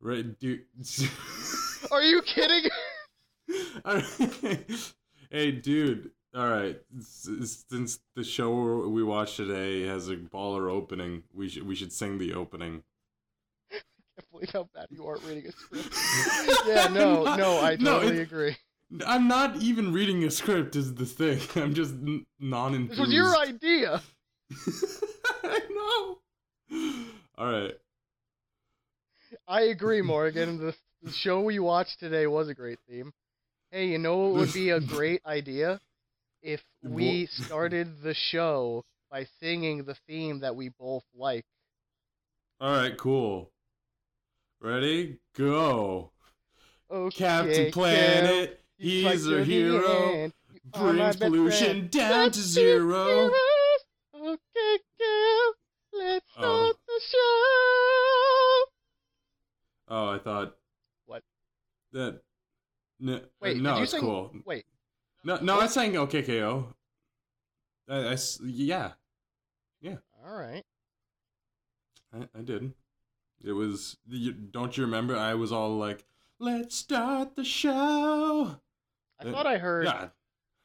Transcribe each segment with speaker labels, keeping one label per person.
Speaker 1: Right, dude.
Speaker 2: Are you kidding?
Speaker 1: hey, dude. All right. S- s- Since the show we watched today has a baller opening, we should we should sing the opening.
Speaker 2: I can't believe how bad you are at reading a script. Yeah, no, no, I
Speaker 1: No,
Speaker 2: totally
Speaker 1: it-
Speaker 2: agree.
Speaker 1: I'm not even reading a script. Is the thing. I'm just non
Speaker 2: This
Speaker 1: enthused.
Speaker 2: was your idea.
Speaker 1: I know. All right.
Speaker 2: I agree, Morgan. The, the show we watched today was a great theme. Hey, you know what would be a great idea? If we
Speaker 1: Wha-
Speaker 2: started the show by singing the theme that we both like.
Speaker 1: All right. Cool. Ready? Go.
Speaker 2: Okay,
Speaker 1: Captain
Speaker 2: Cam,
Speaker 1: Planet.
Speaker 2: you
Speaker 1: He's
Speaker 2: like
Speaker 1: a
Speaker 2: to be
Speaker 1: hero.
Speaker 2: in. You are my
Speaker 1: Brings
Speaker 2: best friend.
Speaker 1: pollution down to
Speaker 2: Let's be
Speaker 1: zero.
Speaker 2: heroes. Okay, Cam, let's
Speaker 1: Oh.
Speaker 2: start the show.
Speaker 1: Oh, I thought.
Speaker 2: What?
Speaker 1: That. No,
Speaker 2: Wait,
Speaker 1: no,
Speaker 2: did you
Speaker 1: it's
Speaker 2: sing-
Speaker 1: cool.
Speaker 2: Wait,
Speaker 1: No, no, I sang OKKO. I, I s- yeah,
Speaker 2: all right.
Speaker 1: I, I did. It was. You, don't you remember? I was all like, "Let's start the show."
Speaker 2: I
Speaker 1: Uh,
Speaker 2: thought I heard.
Speaker 1: Yeah.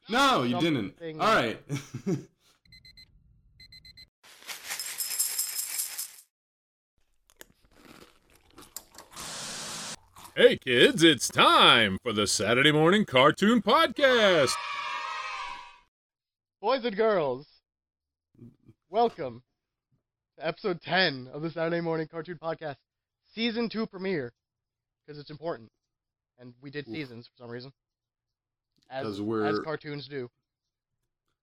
Speaker 1: No, you didn't.
Speaker 2: Something-
Speaker 1: All right.
Speaker 3: Hey kids, it's time for the Saturday Morning Cartoon Podcast.
Speaker 2: Boys and girls, welcome to episode 10 of the Saturday Morning Cartoon Podcast, season 2 premiere, because it's important. And we did
Speaker 1: Oof.
Speaker 2: seasons for some reason.
Speaker 1: 'Cause
Speaker 2: As,
Speaker 1: we're-
Speaker 2: as cartoons do.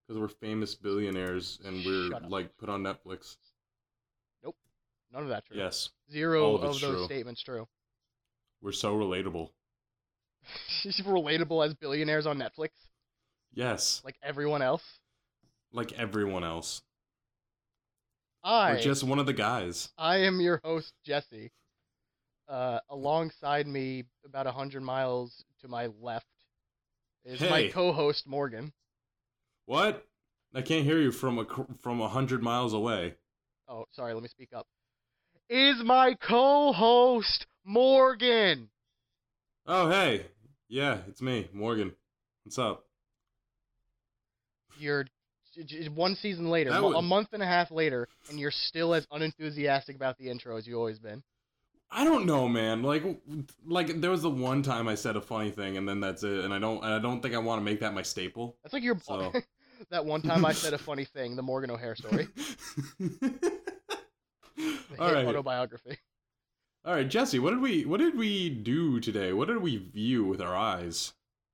Speaker 1: Because we're famous billionaires and we're
Speaker 2: Shut up.
Speaker 1: like put on Netflix.
Speaker 2: None of that true.
Speaker 1: Yes,
Speaker 2: Zero
Speaker 1: all
Speaker 2: of,
Speaker 1: of
Speaker 2: those
Speaker 1: it's true.
Speaker 2: statements true.
Speaker 1: we're so relatable.
Speaker 2: She's relatable as billionaires on Netflix,
Speaker 1: Yes,
Speaker 2: like everyone else.
Speaker 1: like everyone else.
Speaker 2: I
Speaker 1: We're just one of the guys.
Speaker 2: I am your host, Jesse. Uh, alongside me, about 100 miles to my left, is my
Speaker 1: Hey.
Speaker 2: co host, Morgan.
Speaker 1: What? I can't hear you from a cr- from a hundred miles away.
Speaker 2: Oh, sorry, let me speak up. Is my co host, Morgan.
Speaker 1: Oh hey, yeah, it's me, Morgan. What's up?
Speaker 2: You're j- j- one season later,
Speaker 1: That
Speaker 2: mo-
Speaker 1: was-
Speaker 2: a month and a half later, and you're still as unenthusiastic about the intro as you've always been.
Speaker 1: I don't know, man. Like, like there was the one time I said a funny thing, and then that's it. And I don't, and I don't think I want to make that my staple.
Speaker 2: That's like your.
Speaker 1: So-
Speaker 2: that one time I said a funny thing, the Morgan O'Hare story. The
Speaker 1: all
Speaker 2: hit
Speaker 1: right,
Speaker 2: autobiography.
Speaker 1: all right, Jesse. What did we, what did we do today? What did we view with our eyes?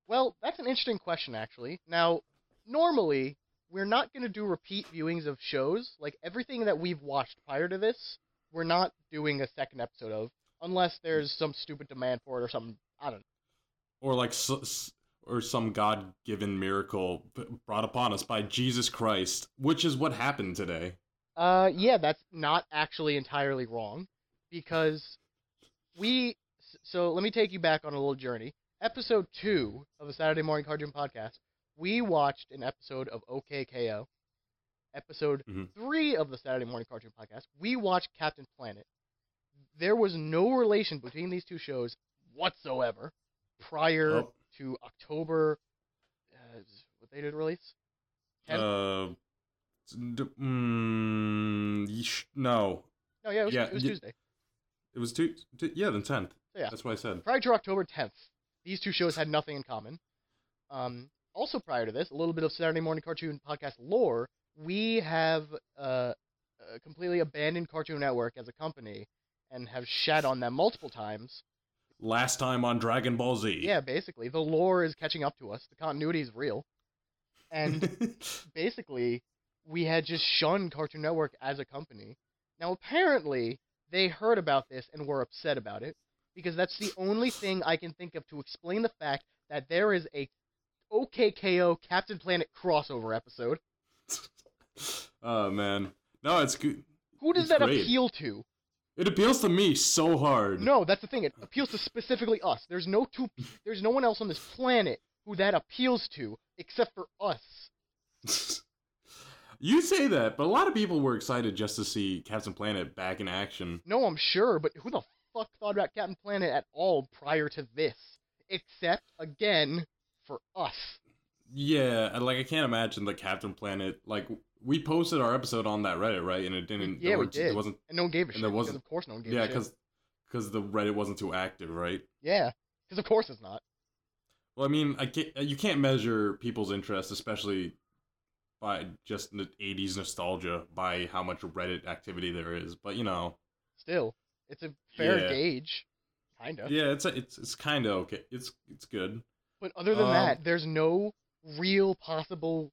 Speaker 2: Well, that's an interesting question, actually. Now, normally, we're not going to do repeat viewings of shows. Like, everything that we've watched prior to this, we're not doing a second episode of, unless there's some stupid demand for it or something. I don't know.
Speaker 1: Or like, s- s- or some God-given miracle b- brought upon us by Jesus Christ, which is what happened today.
Speaker 2: Uh, yeah, that's not actually entirely wrong because we. So let me take you back on a little journey. Episode two of the Saturday Morning Cartoon Podcast, we watched an episode of OKKO. Episode
Speaker 1: Mhm.
Speaker 2: three of the Saturday Morning Cartoon Podcast, we watched Captain Planet. There was no relation between these two shows whatsoever prior
Speaker 1: Nope.
Speaker 2: to October. Uh, what they did release? Ten-
Speaker 1: Uh, s- d- mm, yeesh, no,
Speaker 2: No, Oh, yeah, it was,
Speaker 1: yeah,
Speaker 2: it was
Speaker 1: y-
Speaker 2: Tuesday.
Speaker 1: it was two. two yeah, the tenth.
Speaker 2: Yeah.
Speaker 1: that's what I said.
Speaker 2: prior to October 10th, these two shows had nothing in common. Um, also, prior to this, a little bit of Saturday morning cartoon podcast lore. We have uh, uh, completely abandoned Cartoon Network as a company and have shat on them multiple times.
Speaker 1: Last time on Dragon Ball Z.
Speaker 2: Yeah, basically, the lore is catching up to us. The continuity is real, and basically, we had just shunned Cartoon Network as a company. Now, apparently, they heard about this and were upset about it because that's the only thing I can think of to explain the fact that there is a OKKO Captain Planet crossover episode.
Speaker 1: oh man, no, it's good.
Speaker 2: Who does
Speaker 1: It's
Speaker 2: that
Speaker 1: great.
Speaker 2: appeal to?
Speaker 1: It appeals to me so hard.
Speaker 2: No, that's the thing. It appeals to specifically us. There's no two. There's no one else on this planet who that appeals to except for us.
Speaker 1: you say that, but a lot of people were excited just to see Captain Planet back in action.
Speaker 2: No, I'm sure, but who the fuck thought about Captain Planet at all prior to this, except again for us.
Speaker 1: Yeah, and, like I can't imagine the Captain Planet. Like we posted our episode on that Reddit, right? And it didn't.
Speaker 2: Yeah,
Speaker 1: there
Speaker 2: we
Speaker 1: were-
Speaker 2: did.
Speaker 1: It wasn't.
Speaker 2: And no one gave a
Speaker 1: And
Speaker 2: shit.
Speaker 1: there
Speaker 2: because
Speaker 1: wasn't-
Speaker 2: of course no one gave
Speaker 1: Yeah,
Speaker 2: a shit.
Speaker 1: because because the Reddit wasn't too active, right?
Speaker 2: yeah, because of course it's not.
Speaker 1: Well, I mean, I can't, you can't measure people's interest, especially by just the '80s nostalgia, by how much Reddit activity there is. But you know,
Speaker 2: Still, it's a fair
Speaker 1: Yeah.
Speaker 2: gauge, kind of.
Speaker 1: yeah, it's a, it's it's kind of okay. It's it's good.
Speaker 2: But other than
Speaker 1: Um,
Speaker 2: that, there's no real possible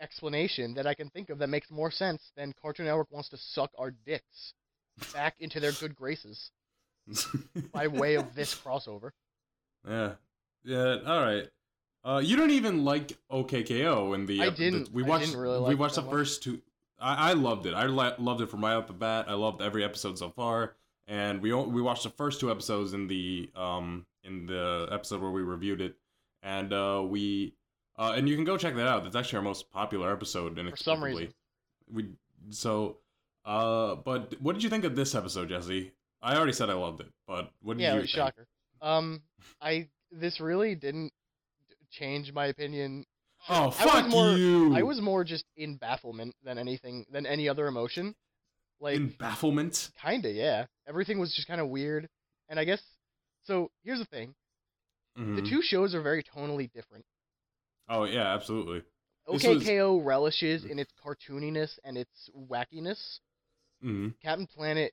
Speaker 2: explanation that I can think of that makes more sense than Cartoon Network wants to suck our dicks back into their good graces by way of this crossover.
Speaker 1: Yeah, yeah. All right. Uh, you don't even like OKKO in the.
Speaker 2: I
Speaker 1: ep- the-
Speaker 2: didn't-
Speaker 1: we
Speaker 2: I
Speaker 1: watched.
Speaker 2: didn't really
Speaker 1: we
Speaker 2: like it
Speaker 1: watched
Speaker 2: that
Speaker 1: the
Speaker 2: much.
Speaker 1: first two. I, I loved it. I li- loved it from right off the bat. I loved every episode so far, and we o- we watched the first two episodes in the um in the episode where we reviewed it, and uh, we uh, and you can go check that out. That's actually our most popular episode, and
Speaker 2: For some reason.
Speaker 1: we so uh. But what did you think of this episode, Jesse? I already said I loved it, but what did
Speaker 2: yeah,
Speaker 1: you
Speaker 2: like,
Speaker 1: think?
Speaker 2: shocker. Um, I this really didn't d- change my opinion.
Speaker 1: Oh,
Speaker 2: I was
Speaker 1: fuck
Speaker 2: more-
Speaker 1: you!
Speaker 2: I was more just in bafflement than anything than any other emotion. Like
Speaker 1: in bafflement.
Speaker 2: kinda, yeah. Everything was just kind of weird, and I guess so. Here's the thing:
Speaker 1: Mhm.
Speaker 2: the two shows are very tonally different.
Speaker 1: Oh yeah, absolutely. This was-
Speaker 2: OKKO relishes in its cartooniness and its wackiness.
Speaker 1: hmm
Speaker 2: Captain Planet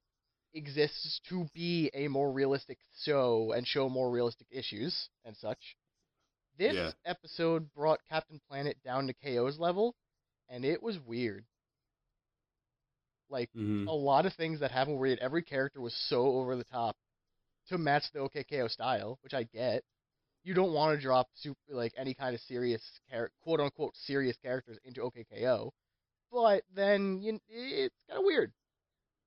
Speaker 2: exists to be a more realistic show and show more realistic issues and such. This
Speaker 1: Yeah.
Speaker 2: episode brought Captain Planet down to KO's level, and it was weird. Like
Speaker 1: hmm
Speaker 2: a lot of things that happened were weird. Every character was so over the top to match the OKKO style, which I get. You don't want to drop super, like any kind of serious char- quote unquote serious characters into OKKO, but then you, it's kind of weird,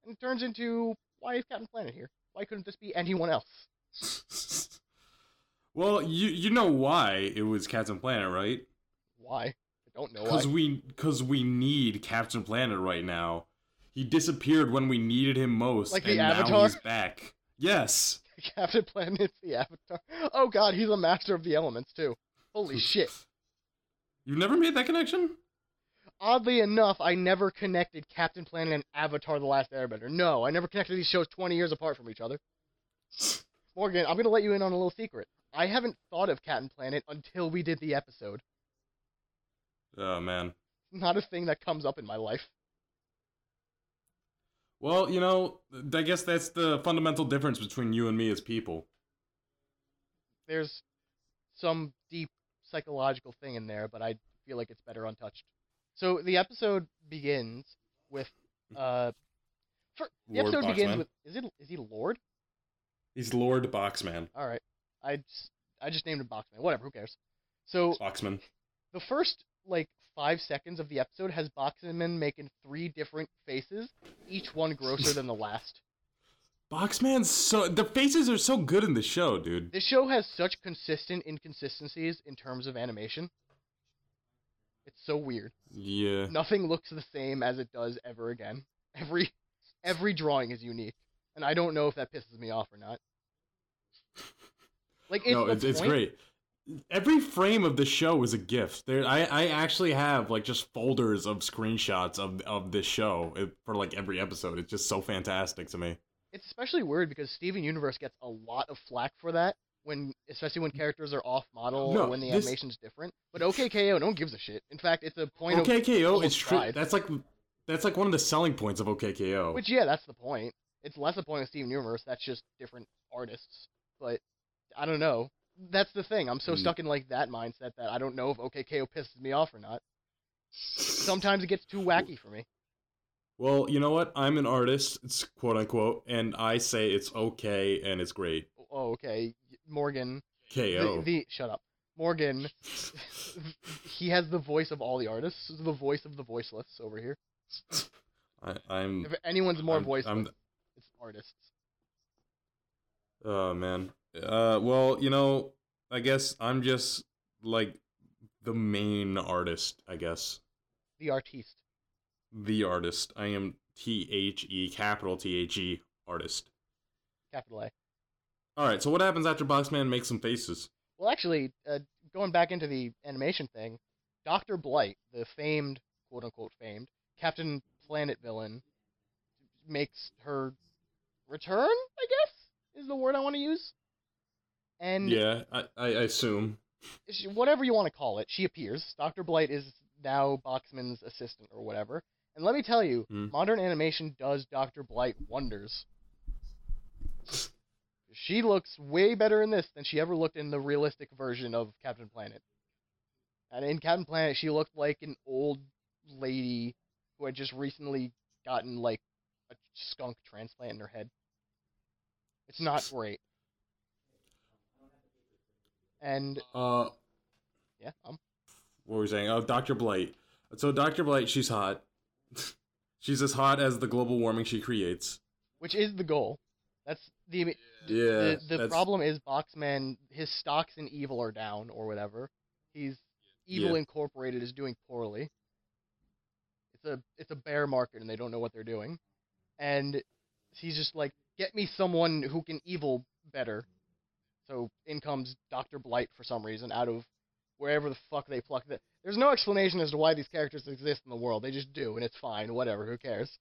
Speaker 2: and it turns into why is Captain Planet here? Why couldn't this be anyone else?
Speaker 1: well, you you know why it was Captain Planet, right?
Speaker 2: Why? I don't know. Why.
Speaker 1: Because we because we need Captain Planet right now. He disappeared when we needed him most,
Speaker 2: Like the
Speaker 1: and now
Speaker 2: Avatar?
Speaker 1: he's back. Yes.
Speaker 2: Captain Planet's the Avatar. Oh God, he's a master of the elements too. Holy shit!
Speaker 1: You never made that connection?
Speaker 2: oddly enough, I never connected Captain Planet and Avatar: The Last Airbender. No, I never connected these shows 20 years apart from each other. Morgan, I'm gonna let you in on a little secret. I haven't thought of Captain Planet until we did the episode.
Speaker 1: Oh man.
Speaker 2: Not a thing that comes up in my life.
Speaker 1: Well, you know, I guess that's the fundamental difference between you and me as people.
Speaker 2: There's some deep psychological thing in there, but I feel like it's better untouched. So the episode begins with uh, for, the
Speaker 1: Lord
Speaker 2: episode begins
Speaker 1: Boxman.
Speaker 2: with is it is he Lord?
Speaker 1: He's Lord Boxman.
Speaker 2: All right, I just, I just named him Boxman. Whatever, who cares? So
Speaker 1: Boxman.
Speaker 2: the first like five seconds of the episode has Boxman making three different faces, each one grosser than the last.
Speaker 1: Boxman's so the faces are so good in the show, dude.
Speaker 2: This show has such consistent inconsistencies in terms of animation. It's so weird.
Speaker 1: Yeah.
Speaker 2: Nothing looks the same as it does ever again. Every every drawing is unique, and I don't know if that pisses me off or not. Like it's
Speaker 1: no,
Speaker 2: the
Speaker 1: it's, it's
Speaker 2: point-
Speaker 1: great. Every frame of the show is a gift. There, I, I actually have like just folders of screenshots of of this show uh, for like every episode. It's just so fantastic to me.
Speaker 2: It's especially weird because Steven Universe gets a lot of flack for that when, especially when characters are off model
Speaker 1: Mm. No,
Speaker 2: or when the
Speaker 1: this-
Speaker 2: animation's different. But OKKO, no one gives a shit. In fact, it's a point
Speaker 1: OKKO,
Speaker 2: almost
Speaker 1: it's true.
Speaker 2: cried.
Speaker 1: That's like that's like one of the selling points of OKKO.
Speaker 2: of which, yeah, that's the point. It's less a point of Steven Universe. That's just different artists. But I don't know. That's the thing. I'm so
Speaker 1: Mm.
Speaker 2: stuck in like that mindset that I don't know if OKKO pisses me off or not. Sometimes it gets too wacky for me.
Speaker 1: well, you know what? I'm an artist, it's quote unquote, and I say it's okay and it's great.
Speaker 2: Oh, okay, Morgan. The,
Speaker 1: KO.
Speaker 2: the shut up, Morgan. he has the voice of all the artists, the voice of the voiceless over here.
Speaker 1: I, I'm.
Speaker 2: If anyone's more
Speaker 1: I'm-
Speaker 2: voiceless,
Speaker 1: I'm-
Speaker 2: it's artists.
Speaker 1: Oh man. Uh well, you know, I guess I'm just like the main artist, I guess.
Speaker 2: The artiste.
Speaker 1: The artist. I am T H E capital T H E artist.
Speaker 2: Capital A.
Speaker 1: All right. So what happens after Boxman makes some faces?
Speaker 2: Well, actually, uh, going back into the animation thing, Doctor Blight, the famed quote unquote famed Captain Planet villain, makes her return. I guess is the word I want to use. And
Speaker 1: yeah, I, I assume.
Speaker 2: she, whatever you want to call it, she appears. Doctor Blight is now Boxman's assistant or whatever. And let me tell you,
Speaker 1: Hmm.
Speaker 2: modern animation does Doctor Blight wonders. She looks way better in this than she ever looked in the realistic version of Captain Planet. And in Captain Planet, she looked like an old lady who had just recently gotten like a skunk transplant in her head. It's not great. And
Speaker 1: Uh,
Speaker 2: yeah, um,
Speaker 1: what were we saying? Oh, Dr. Blight. So Dr. Blight, she's hot. she's as hot as the global warming she creates.
Speaker 2: which is the goal. That's the
Speaker 1: Yeah.
Speaker 2: the, the
Speaker 1: that's-
Speaker 2: problem is Boxman his stocks in evil are down or whatever. He's Evil
Speaker 1: Yeah.
Speaker 2: Incorporated is doing poorly. It's a it's a bear market and they don't know what they're doing. And he's just like, get me someone who can evil better. So in comes Doctor Blight for some reason out of wherever the fuck they pluck that. There's no explanation as to why these characters exist in the world. They just do and it's fine. Whatever. Who cares?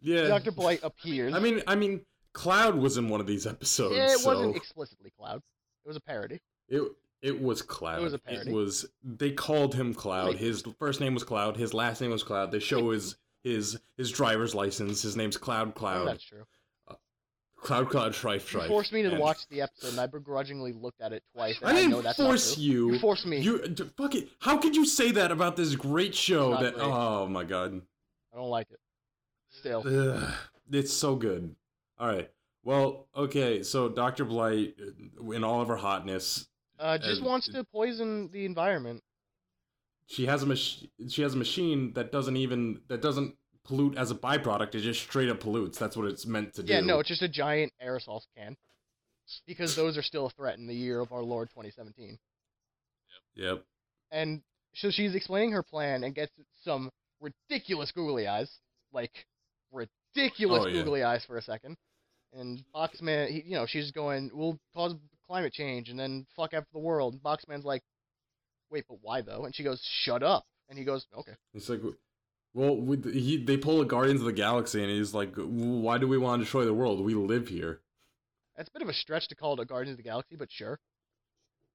Speaker 1: Yeah.
Speaker 2: Doctor Blight appears.
Speaker 1: I mean, I mean, Cloud was in one of these episodes.
Speaker 2: Yeah, it
Speaker 1: so
Speaker 2: wasn't explicitly Cloud. It was a parody.
Speaker 1: It it was Cloud.
Speaker 2: It was a parody.
Speaker 1: was- they called him Cloud.
Speaker 2: Like-
Speaker 1: his first name was Cloud. His last name was Cloud. They show his his his driver's license. His name's Cloud
Speaker 2: Oh,
Speaker 1: Cloud.
Speaker 2: that's true.
Speaker 1: Cloud Cloud Shrife
Speaker 2: You
Speaker 1: Shrife.
Speaker 2: forced me to
Speaker 1: and-
Speaker 2: watch the episode, and I begrudgingly looked at it twice. And
Speaker 1: I
Speaker 2: I,
Speaker 1: didn't
Speaker 2: know that's not
Speaker 1: force
Speaker 2: true.
Speaker 1: you.
Speaker 2: You forced me.
Speaker 1: You d- fuck it. How could you say that about this great show?
Speaker 2: not
Speaker 1: That
Speaker 2: great.
Speaker 1: oh my god,
Speaker 2: I don't like it. Still,
Speaker 1: Ugh, it's so good. All right. Well, okay. So Doctor Blight, uh, in all of her hotness,
Speaker 2: uh, just
Speaker 1: uh,
Speaker 2: wants to poison the environment.
Speaker 1: she has a mach- she has a machine that doesn't even that doesn't pollute as a byproduct. It just straight up pollutes. That's what it's meant to do.
Speaker 2: Yeah, no, it's just a giant aerosol can, because those are still a threat in the year of our Lord 2017.
Speaker 1: Yep.
Speaker 2: And so she's explaining her plan and gets some ridiculous googly eyes, like ridiculous
Speaker 1: Oh, yeah.
Speaker 2: googly eyes for a second. And Boxman, he, you know, she's going, "We'll cause climate change and then fuck up the world." And Boxman's like, "Wait, but why though?" And she goes, "Shut up." And he goes, "Okay."
Speaker 1: It's like, well, with he they pull a Guardians of the Galaxy, and he's like, why do we want to destroy the world? We live here.
Speaker 2: That's a bit of a stretch to call it a Guardians of the Galaxy, but sure.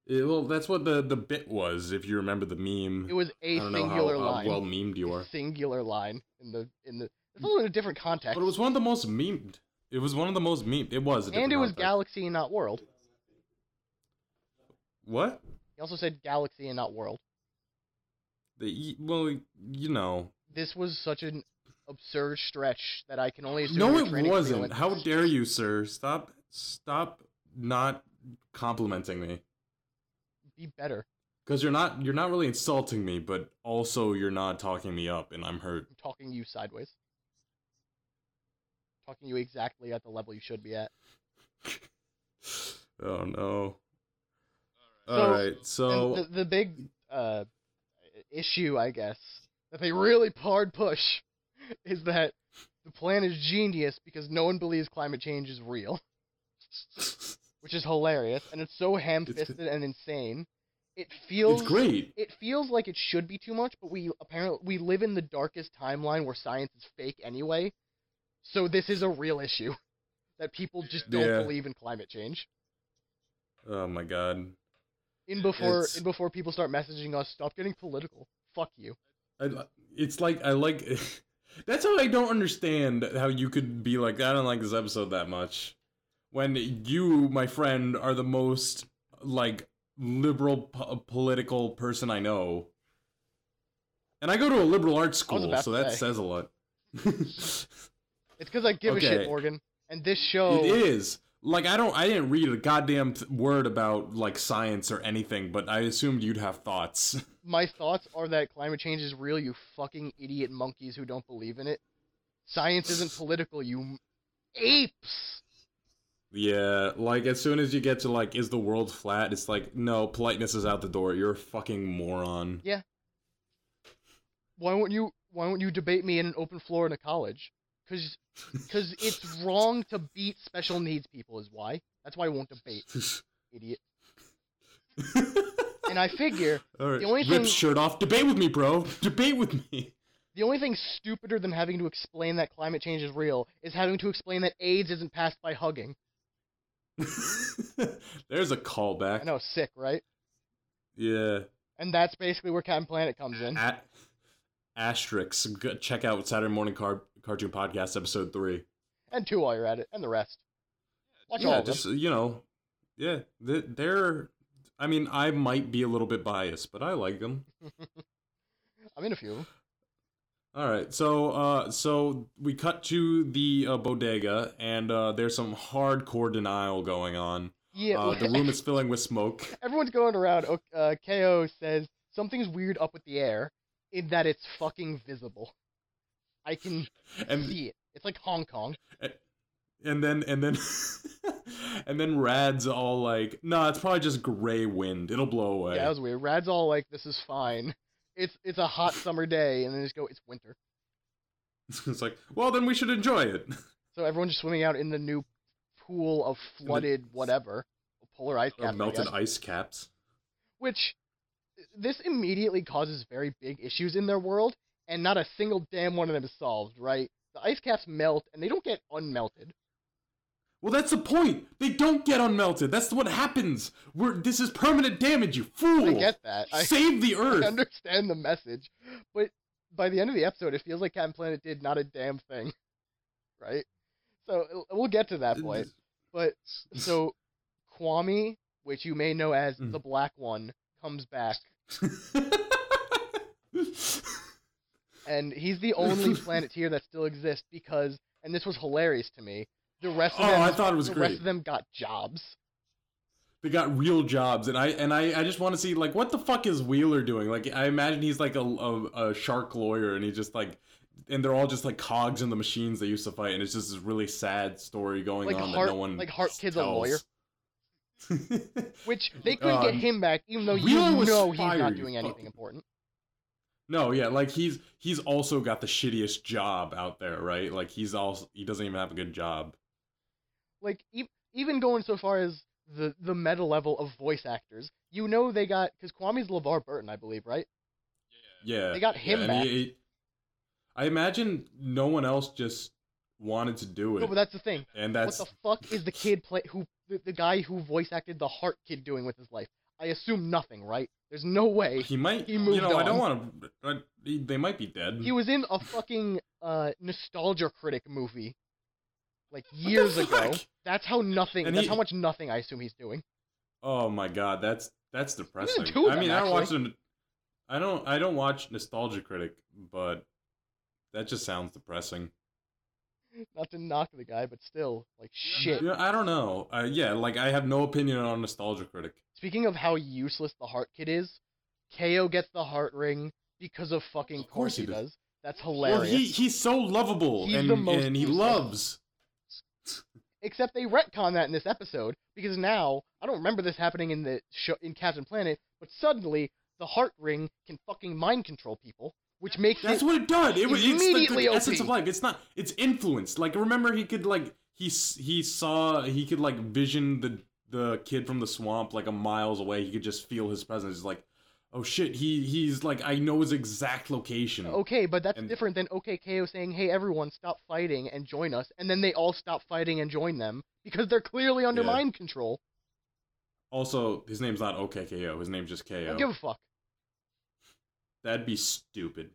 Speaker 1: Yeah, Eh, well, that's what the the bit was. If you remember the meme,
Speaker 2: It was a
Speaker 1: I don't know
Speaker 2: singular
Speaker 1: how,
Speaker 2: line.
Speaker 1: how well memed you
Speaker 2: a
Speaker 1: are.
Speaker 2: singular line in the in the. It's a little in a different context.
Speaker 1: But it was one of the most memed. It was one of the most memed. It was. a
Speaker 2: and
Speaker 1: different
Speaker 2: it was
Speaker 1: context.
Speaker 2: galaxy and not world.
Speaker 1: What?
Speaker 2: He also said galaxy and not world.
Speaker 1: The, well, you know.
Speaker 2: this was such an absurd stretch that I can only assume.
Speaker 1: No,
Speaker 2: they were
Speaker 1: it
Speaker 2: training for the
Speaker 1: wasn't.
Speaker 2: Olympics.
Speaker 1: How dare you, sir? Stop. Stop not complimenting me.
Speaker 2: be better?
Speaker 1: Because you're not. You're not really insulting me, but also you're not talking me up, and I'm hurt.
Speaker 2: I'm talking you sideways. Talking you exactly at the level you should be at.
Speaker 1: Oh no.
Speaker 2: So-
Speaker 1: All right.
Speaker 2: And
Speaker 1: So
Speaker 2: the, the big uh, issue, I guess, that they really hard push is that the plan is genius because no one believes climate change is real, which is hilarious, and it's so ham-fisted and insane. It feels
Speaker 1: it's great.
Speaker 2: it feels like it should be too much, but we apparently we live in the darkest timeline where science is fake anyway. So this is a real issue that people just don't
Speaker 1: Yeah.
Speaker 2: believe in climate change.
Speaker 1: Oh my god.
Speaker 2: In before
Speaker 1: It's-
Speaker 2: in before people start messaging us, stop getting political. Fuck you.
Speaker 1: I, li- it's like I like. that's how I don't understand how you could be like I don't like this episode that much, when you, my friend, are the most like liberal po- political person I know. And I go to a liberal arts
Speaker 2: I was
Speaker 1: school,
Speaker 2: about
Speaker 1: so
Speaker 2: to
Speaker 1: that
Speaker 2: say.
Speaker 1: says a lot. it
Speaker 2: It's because I give a shit,
Speaker 1: Okay.
Speaker 2: Morgan. And this show,
Speaker 1: is like I don't. I didn't read a goddamn th- word about like science or anything, but I assumed you'd have thoughts.
Speaker 2: my thoughts are that climate change is real. You fucking idiot monkeys who don't believe in it. Science isn't political. You m- apes.
Speaker 1: Yeah, like as soon as you get to like, is the world flat? It's like, no, politeness is out the door. You're a fucking moron.
Speaker 2: why won't you why won't you debate me in an open floor in a college? because because it's wrong to beat special needs people is why. That's why I won't debate, idiot. And I figure
Speaker 1: All right.
Speaker 2: The only
Speaker 1: Rip
Speaker 2: thing-
Speaker 1: shirt off. Debate with me, bro. Debate with me.
Speaker 2: the only thing stupider than having to explain that climate change is real is having to explain that AIDS isn't passed by hugging.
Speaker 1: There's a
Speaker 2: I
Speaker 1: callback.
Speaker 2: know, sick, right?
Speaker 1: Yeah.
Speaker 2: And that's basically where Captain Planet comes in.
Speaker 1: At asterisks. Go- Check out Saturday Morning Car- Cartoon Podcast episode three.
Speaker 2: And two while you're at it, and the rest. Watch all
Speaker 1: yeah,
Speaker 2: of them.
Speaker 1: just you know, yeah. th- They're. I mean, I might be a little bit biased, but I like them.
Speaker 2: I'm in a few.
Speaker 1: All right, so uh, so we cut to the uh, bodega, and uh, there's some hardcore denial going on.
Speaker 2: Yeah,
Speaker 1: uh, the room is filling with smoke.
Speaker 2: everyone's going around. o- Uh, Ko says something's weird up with the air, in that it's fucking visible. I can
Speaker 1: And
Speaker 2: see it. It's like Hong Kong.
Speaker 1: and then and then and then Rad's all like, "No, nah, it's probably just gray wind. It'll blow away."
Speaker 2: Yeah, that was weird. Rad's all like, "This is fine. It's it's a hot summer day," and then just go, "It's winter."
Speaker 1: it's like, well, then we should enjoy it.
Speaker 2: So everyone's just swimming out in the new pool of flooded whatever, polar ice
Speaker 1: Or
Speaker 2: cap, I
Speaker 1: melted
Speaker 2: guess,
Speaker 1: ice caps.
Speaker 2: which this immediately causes very big issues in their world, and not a single damn one of them is solved. Right? The ice caps melt, and they don't get unmelted.
Speaker 1: Well, that's the point. They don't get unmelted. That's what happens. We're this is permanent damage. You fool.
Speaker 2: I get that. I,
Speaker 1: Save the
Speaker 2: I
Speaker 1: earth.
Speaker 2: understand the message, but by the end of the episode, it feels like Captain Planet did not a damn thing, right? So uh, we'll get to that point. But so Kwame, which you may know as
Speaker 1: Mm.
Speaker 2: the Black One, comes back,
Speaker 1: Oh,
Speaker 2: and he's the only planeteer that still exists because, and this was hilarious to me. The rest of
Speaker 1: Oh,
Speaker 2: them,
Speaker 1: I thought it was
Speaker 2: the
Speaker 1: great.
Speaker 2: rest of them got jobs.
Speaker 1: they got real jobs and i and i, I just want to see like what the fuck is wheeler doing like i imagine he's like a, a, a shark lawyer and he just like and they're all just like cogs in the machines they used to fight and it's just this really sad story going
Speaker 2: Like
Speaker 1: on
Speaker 2: Hart-
Speaker 1: that no one
Speaker 2: like Hart Kid's a
Speaker 1: tells.
Speaker 2: lawyer. Which they couldn't
Speaker 1: Uh,
Speaker 2: get him back, even though you
Speaker 1: Wheeler was
Speaker 2: know he's
Speaker 1: fired,
Speaker 2: not
Speaker 1: you
Speaker 2: doing anything
Speaker 1: fuck-
Speaker 2: important.
Speaker 1: no yeah like he's he's also got the shittiest job out there right like he's also he doesn't even have a good job
Speaker 2: like e- even going so far as the the meta level of voice actors, you know they got because Kwame's LeVar Burton, I believe, right?
Speaker 1: yeah
Speaker 2: They got him
Speaker 1: yeah, and
Speaker 2: back.
Speaker 1: he- he- i imagine no one else just wanted to do it
Speaker 2: No, but that's the thing.
Speaker 1: and that's
Speaker 2: what the fuck is the kid play who the, the guy who voice acted the Heart kid doing with his life? I assume nothing, right? There's no way
Speaker 1: He might.
Speaker 2: He
Speaker 1: you
Speaker 2: moved
Speaker 1: know, I don't
Speaker 2: on.
Speaker 1: want to. They might be dead.
Speaker 2: he was in a fucking uh, nostalgia critic movie like years ago.
Speaker 1: fuck?
Speaker 2: That's how nothing.
Speaker 1: And
Speaker 2: that's
Speaker 1: he-
Speaker 2: how much nothing I assume he's doing.
Speaker 1: oh my god, that's that's depressing.
Speaker 2: two of
Speaker 1: I mean,
Speaker 2: them,
Speaker 1: I don't watch them. I don't. I don't watch Nostalgia Critic, but that just sounds depressing.
Speaker 2: Not to knock the guy, but still, like shit.
Speaker 1: Yeah, I don't know. Uh, yeah, like I have no opinion on Nostalgia Critic.
Speaker 2: Speaking of how useless the heart kid is, KO gets the heart ring because of fucking
Speaker 1: Of course he
Speaker 2: he
Speaker 1: does.
Speaker 2: does. That's
Speaker 1: Well,
Speaker 2: hilarious.
Speaker 1: he he's so lovable
Speaker 2: He's
Speaker 1: and
Speaker 2: the most
Speaker 1: and he
Speaker 2: useless.
Speaker 1: loves.
Speaker 2: Except they retcon that in this episode because now I don't remember this happening in the show in Captain Planet, but suddenly the heart ring can fucking mind control people, which makes
Speaker 1: That's
Speaker 2: it
Speaker 1: what it did. It was it's like
Speaker 2: Immediately
Speaker 1: the essence
Speaker 2: OP.
Speaker 1: of life. It's not. It's influence. Like remember, he could like he s- he saw he could like vision the the kid from the swamp like a miles away. He could just feel his presence. It's like, oh shit, he he's like I know his exact location.
Speaker 2: okay, but that's
Speaker 1: and-
Speaker 2: different than okay KO saying, "Hey everyone, stop fighting and join us," and then they all stop fighting and join them because they're clearly under
Speaker 1: Yeah.
Speaker 2: mind control.
Speaker 1: Also, his name's not OKKO. His name's just
Speaker 2: I
Speaker 1: KO.
Speaker 2: don't give a fuck.
Speaker 1: That'd be stupid.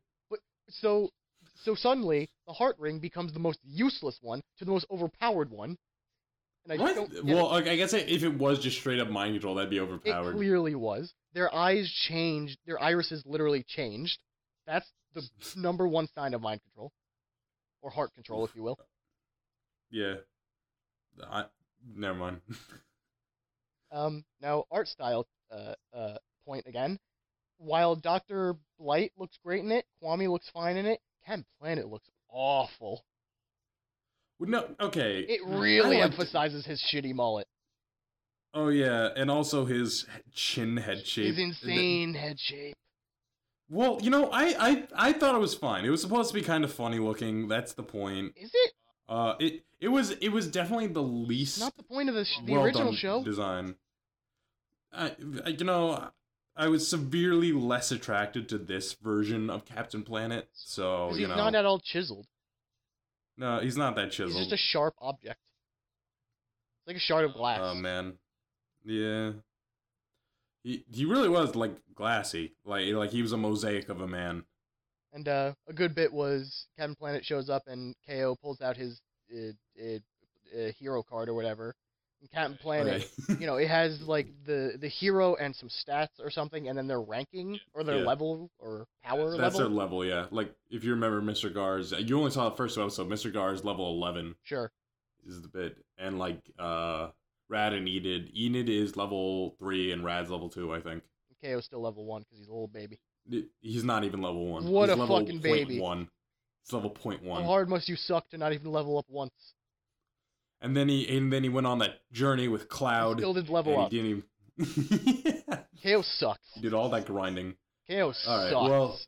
Speaker 2: So so suddenly the heart ring becomes the most useless one to the most overpowered one. And I don't
Speaker 1: What?
Speaker 2: get
Speaker 1: Well, I I guess if it was just straight up mind control, that'd be
Speaker 2: it,
Speaker 1: overpowered.
Speaker 2: it clearly was. Their eyes changed, their irises literally changed. That's the number one sign of mind control. Or heart control, if you will.
Speaker 1: yeah. I, never mind.
Speaker 2: Um, now art style uh, uh, point again. While Doctor Blight looks great in it, Kwame looks fine in it. Ken Planet looks awful.
Speaker 1: Well, no. Okay.
Speaker 2: It
Speaker 1: I
Speaker 2: really
Speaker 1: liked-
Speaker 2: emphasizes his shitty mullet.
Speaker 1: Oh yeah, and also his chin head shape.
Speaker 2: His insane head shape.
Speaker 1: Well, you know, I, I I thought it was fine. It was supposed to be kind of funny looking. That's the point.
Speaker 2: Is it?
Speaker 1: Uh, it it was it was definitely the least
Speaker 2: Not the point of the, sh- the
Speaker 1: well
Speaker 2: original
Speaker 1: done
Speaker 2: show.
Speaker 1: design. I, I you know I was severely less attracted to this version of Captain Planet. So
Speaker 2: 'cause
Speaker 1: you
Speaker 2: he's
Speaker 1: know,
Speaker 2: not at all chiseled.
Speaker 1: no, he's not that
Speaker 2: He's
Speaker 1: chiseled.
Speaker 2: just a sharp object. It's like a shard of glass.
Speaker 1: Oh man, yeah. He he really was like glassy, like like he was a mosaic of a man.
Speaker 2: And uh, a good bit was Captain Planet shows up and KO pulls out his uh, uh, uh, hero card or whatever. And Captain Planet,
Speaker 1: Okay.
Speaker 2: you know, it has like the the hero and some stats or something, and then their ranking or their
Speaker 1: Yeah.
Speaker 2: level or power
Speaker 1: That's
Speaker 2: level.
Speaker 1: their level, yeah. Like if you remember Mr. Gar's, you only saw the first episode. Mr. Gar's level eleven
Speaker 2: Sure.
Speaker 1: is the bit, and like uh, Rad and Enid. Enid is level three, and Rad's level two, I think.
Speaker 2: KO's still level one because he's a little baby.
Speaker 1: He's not even level one.
Speaker 2: What
Speaker 1: He's
Speaker 2: a
Speaker 1: level
Speaker 2: fucking
Speaker 1: point
Speaker 2: baby.
Speaker 1: One. He's level point one.
Speaker 2: How hard must you suck to not even level up once?
Speaker 1: And then he and then he went on that journey with Cloud.
Speaker 2: Still didn't level
Speaker 1: and
Speaker 2: up.
Speaker 1: He didn't even.
Speaker 2: KO sucks.
Speaker 1: He did all that grinding.
Speaker 2: KO
Speaker 1: All right,
Speaker 2: sucks.
Speaker 1: well-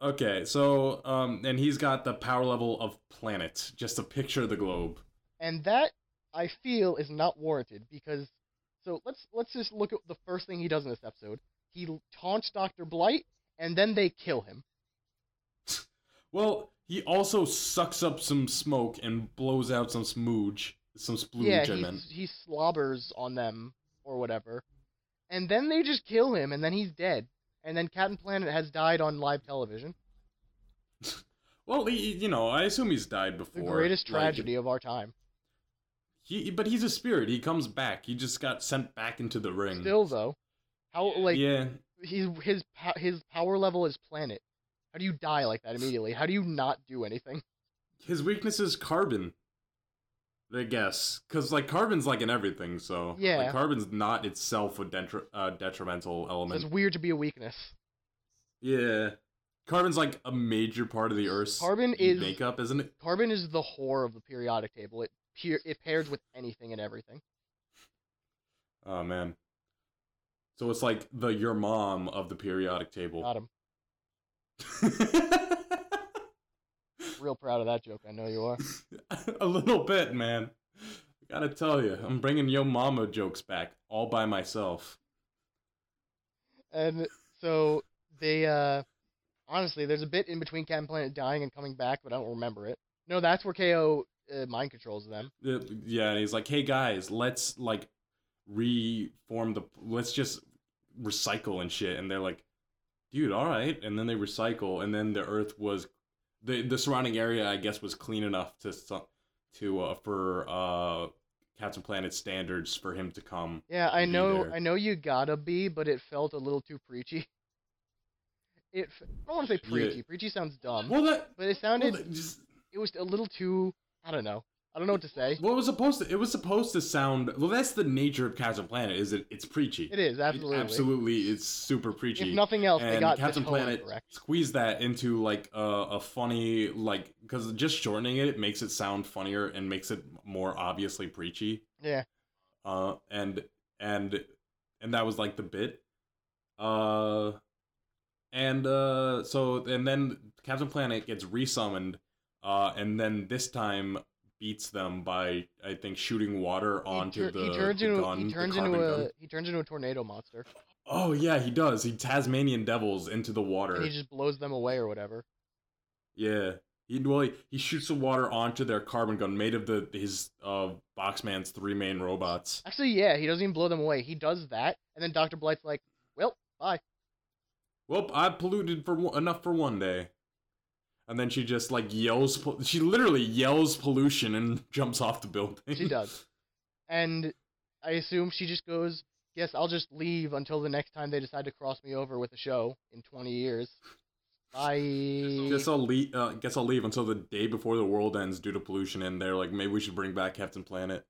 Speaker 1: Okay, so um, and he's got the power level of planet, just to picture the globe.
Speaker 2: and that I feel is not warranted because so let's let's just look at the first thing he does in this episode. He l- taunts Doctor Blight, and then they kill him.
Speaker 1: Well, he also sucks up some smoke and blows out some smooge, some splooge.
Speaker 2: yeah,
Speaker 1: I
Speaker 2: he
Speaker 1: meant.
Speaker 2: s- he slobbers on them or whatever, and then they just kill him, and then he's dead. And then Captain Planet has died on live television.
Speaker 1: Well, he, you know, I assume he's died
Speaker 2: The
Speaker 1: before.
Speaker 2: greatest
Speaker 1: like,
Speaker 2: tragedy of our time.
Speaker 1: he, but he's a spirit. He comes back. He just got sent back into the ring.
Speaker 2: Still though, how like
Speaker 1: yeah,
Speaker 2: his his po- his power level is planet. How do you die like that immediately? How do you not do anything?
Speaker 1: his weakness is carbon. I guess, because like carbon's like in everything, so like,
Speaker 2: Yeah.
Speaker 1: carbon's not itself a detri- uh, detrimental
Speaker 2: So
Speaker 1: element.
Speaker 2: it's weird to be a weakness.
Speaker 1: Yeah. Carbon's like a major part of the Earth's
Speaker 2: Carbon is
Speaker 1: makeup, isn't it?
Speaker 2: Carbon is the whore of the periodic table. It peer, it pairs with anything and everything.
Speaker 1: Oh man. So it's like the your mom of the periodic table.
Speaker 2: Got him. Real proud of that joke. I know you are.
Speaker 1: a little bit, man. Gotta tell you, I'm bringing yo mama jokes back all by myself.
Speaker 2: And so they, uh, honestly, there's a bit in between Captain Planet dying and coming back, but I don't remember it. No, that's where KO uh, mind controls them.
Speaker 1: Uh, Yeah, and he's like, "Hey guys, let's like reform the. Let's just recycle and shit." And they're like, "Dude, all right." And then they recycle, and then the Earth was the the surrounding area, I guess, was clean enough to su- to uh, for uh Captain Planet standards for him to come.
Speaker 2: Yeah, I
Speaker 1: Be
Speaker 2: know,
Speaker 1: there.
Speaker 2: I know you gotta be, but it felt a little too preachy. It, f- I don't want to say
Speaker 1: Yeah.
Speaker 2: preachy. Preachy sounds dumb,
Speaker 1: Well, that,
Speaker 2: but it
Speaker 1: well,
Speaker 2: sounded,
Speaker 1: that just,
Speaker 2: it was a little too, I don't know, I don't know what to say.
Speaker 1: well, it was supposed to it was supposed to sound well. That's the nature of Captain Planet. Is it? It's preachy.
Speaker 2: It is absolutely.
Speaker 1: absolutely. It's super preachy.
Speaker 2: If nothing else, they
Speaker 1: and
Speaker 2: got
Speaker 1: Captain
Speaker 2: the tone
Speaker 1: Planet
Speaker 2: correct.
Speaker 1: squeeze that into like a, a funny like because just shortening it, it makes it sound funnier and makes it more obviously preachy.
Speaker 2: Yeah.
Speaker 1: Uh, and and and that was like the bit. Uh, and uh, so and then Captain Planet gets resummoned. Uh, and then this time beats them by I think shooting water onto
Speaker 2: tur-
Speaker 1: the,
Speaker 2: turns
Speaker 1: the
Speaker 2: into
Speaker 1: gun,
Speaker 2: he
Speaker 1: the
Speaker 2: turns
Speaker 1: carbon
Speaker 2: into a
Speaker 1: gun.
Speaker 2: he turns into a tornado monster
Speaker 1: Oh yeah, he does. He Tasmanian devils into the water.
Speaker 2: and he just blows them away or whatever.
Speaker 1: Yeah. He well, he, he shoots the water onto their carbon gun made of the his uh Boxman's three main robots.
Speaker 2: Actually, yeah, he doesn't even blow them away. He does that, and then Doctor Blight's like, "Well, bye."
Speaker 1: Well, I polluted for one, enough for one day. And then she just like yells pol- she literally yells pollution and jumps off the building.
Speaker 2: She does. And I assume she just goes, "Yes, I'll just leave until the next time they decide to cross me over with a show in 20 years." Bye.
Speaker 1: Guess I'll leave. Uh, guess I'll leave until the day before the world ends due to pollution, and they're like, maybe we should bring back Captain Planet.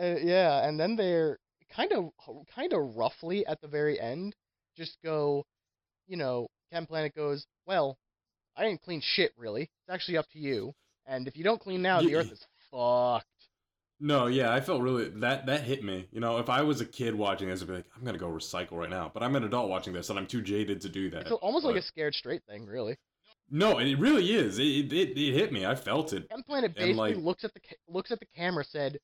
Speaker 2: Uh, yeah, and then they're kind of kind of roughly at the very end, just go, you know, Ken Planet goes, well, I didn't clean shit really. It's actually up to you, and if you don't clean now, the
Speaker 1: Ye-
Speaker 2: Earth is fucked.
Speaker 1: No, yeah, I felt really that that hit me. You know, if I was a kid watching this, I'd be like, I'm gonna go recycle right now. But I'm an adult watching this, and I'm too jaded to do that.
Speaker 2: It's almost like
Speaker 1: But-
Speaker 2: a scared straight thing, really.
Speaker 1: no, it really is. It, it it hit me. I felt it.
Speaker 2: Ken Planet basically
Speaker 1: like-
Speaker 2: looks at the ca- looks at the camera, said,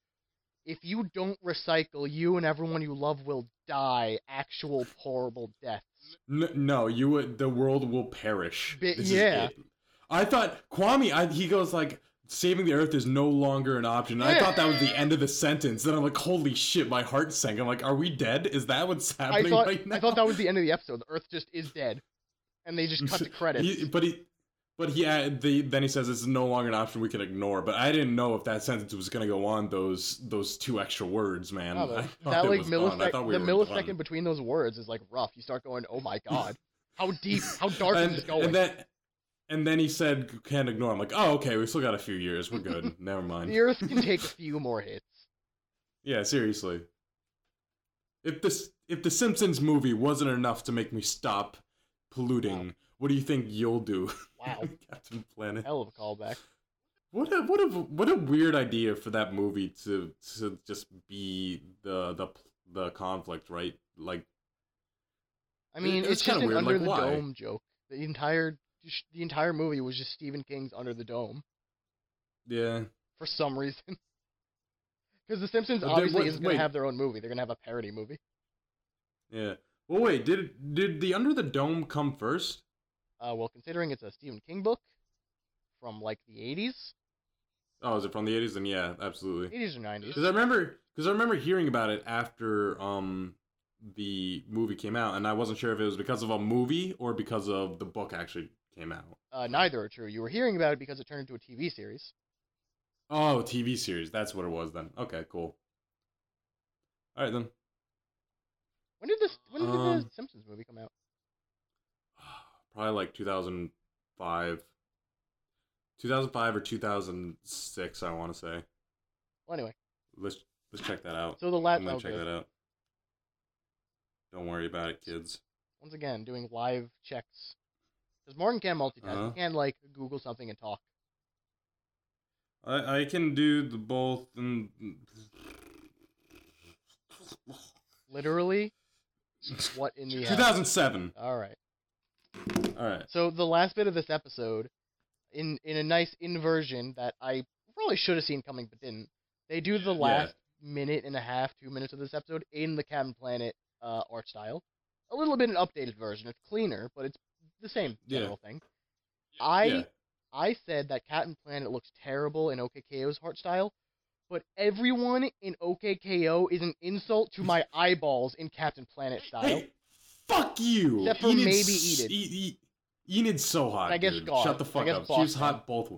Speaker 2: "If you don't recycle, you and everyone you love will die actual horrible deaths."
Speaker 1: N- no, you would. The world will perish.
Speaker 2: Bi-
Speaker 1: This is
Speaker 2: yeah.
Speaker 1: it. I thought Kwame. I, he goes like, "Saving the Earth is no longer an option." And I
Speaker 2: Yeah.
Speaker 1: thought that was the end of the sentence. Then I'm like, "Holy shit!" My heart sank. I'm like, "Are we dead? Is that what's
Speaker 2: I
Speaker 1: happening
Speaker 2: thought
Speaker 1: right now?"
Speaker 2: I thought that was the end of the episode. The Earth just is dead, and they just cut the credits.
Speaker 1: He, but he, but he, uh, the, then he says it's no longer an option we can ignore. But I didn't know if that sentence was going to go on those those two extra words, man.
Speaker 2: Wow,
Speaker 1: I thought
Speaker 2: that, Oh, that,
Speaker 1: it
Speaker 2: like
Speaker 1: was done. I
Speaker 2: millisecond,
Speaker 1: thought we
Speaker 2: the
Speaker 1: were
Speaker 2: millisecond
Speaker 1: done.
Speaker 2: between those words is like rough. You start going, "Oh my god, how deep, how dark
Speaker 1: and,
Speaker 2: is this going?"
Speaker 1: And then, and then he said, "Can't ignore." I'm like, "Oh, okay. We still got a few years. We're good. Never
Speaker 2: the
Speaker 1: mind."
Speaker 2: Earth can take a few more hits.
Speaker 1: Yeah, seriously. If this, if the Simpsons movie wasn't enough to make me stop polluting, what do you think you'll do,
Speaker 2: Wow,
Speaker 1: Captain Planet?
Speaker 2: hell of a callback.
Speaker 1: What a what a what a weird idea for that movie to to just be the the the conflict, right? Like
Speaker 2: I mean,
Speaker 1: it was
Speaker 2: it's just
Speaker 1: kinda
Speaker 2: an
Speaker 1: weird,
Speaker 2: under
Speaker 1: like,
Speaker 2: the
Speaker 1: why?
Speaker 2: dome joke. The entire just- the entire movie was just Stephen King's Under the Dome
Speaker 1: yeah,
Speaker 2: for some reason. Because The Simpsons
Speaker 1: But they-
Speaker 2: obviously
Speaker 1: what-
Speaker 2: isn't going
Speaker 1: wait.
Speaker 2: to have their own movie. They're going to have a parody movie.
Speaker 1: yeah. Well, wait, did did the Under the Dome come first?
Speaker 2: Uh, well, considering it's a Stephen King book from like the 80s,
Speaker 1: Oh, is it from the eighties? Then yeah, absolutely.
Speaker 2: 80s or 90s.
Speaker 1: Because I remember because I remember hearing about it after um the movie came out, and I wasn't sure if it was because of a movie or because of the book actually came out.
Speaker 2: Uh, neither are true. You were hearing about it because it turned into a TV series.
Speaker 1: Oh, TV series. That's what it was then. Okay, cool. All right then.
Speaker 2: When did this? When did the
Speaker 1: Um,
Speaker 2: Simpsons movie come out?
Speaker 1: probably like 2005 2005 or 2006 i want to say
Speaker 2: Well, anyway,
Speaker 1: let's let's check that out
Speaker 2: so the last
Speaker 1: i'm gonna
Speaker 2: oh,
Speaker 1: check
Speaker 2: good.
Speaker 1: that out don't worry about it kids
Speaker 2: once again doing live checks because Morgan can multitask.
Speaker 1: Uh-huh.
Speaker 2: He can like Google something and talk.
Speaker 1: i i can do the both and
Speaker 2: Literally, what in the hell?
Speaker 1: 2007
Speaker 2: All right.
Speaker 1: all right
Speaker 2: So the last bit of this episode, in in a nice inversion that I probably should have seen coming but didn't. They do the last minute and a half, two minutes of this episode in the Captain Planet uh, art style. A little bit an updated version. It's cleaner, but it's the same
Speaker 1: Yeah.
Speaker 2: general thing. I
Speaker 1: yeah
Speaker 2: I said that Captain Planet looks terrible in OKKO's heart style, but everyone in OKKO is an insult to my eyeballs in Captain Planet style.
Speaker 1: hey fuck you
Speaker 2: Except for
Speaker 1: Enid's-
Speaker 2: maybe Enid.
Speaker 1: E- E- Enid's so hot
Speaker 2: And I guess
Speaker 1: dude.
Speaker 2: Gar.
Speaker 1: shut the
Speaker 2: I
Speaker 1: fuck
Speaker 2: guess
Speaker 1: up
Speaker 2: Boss
Speaker 1: she was
Speaker 2: Man.
Speaker 1: hot both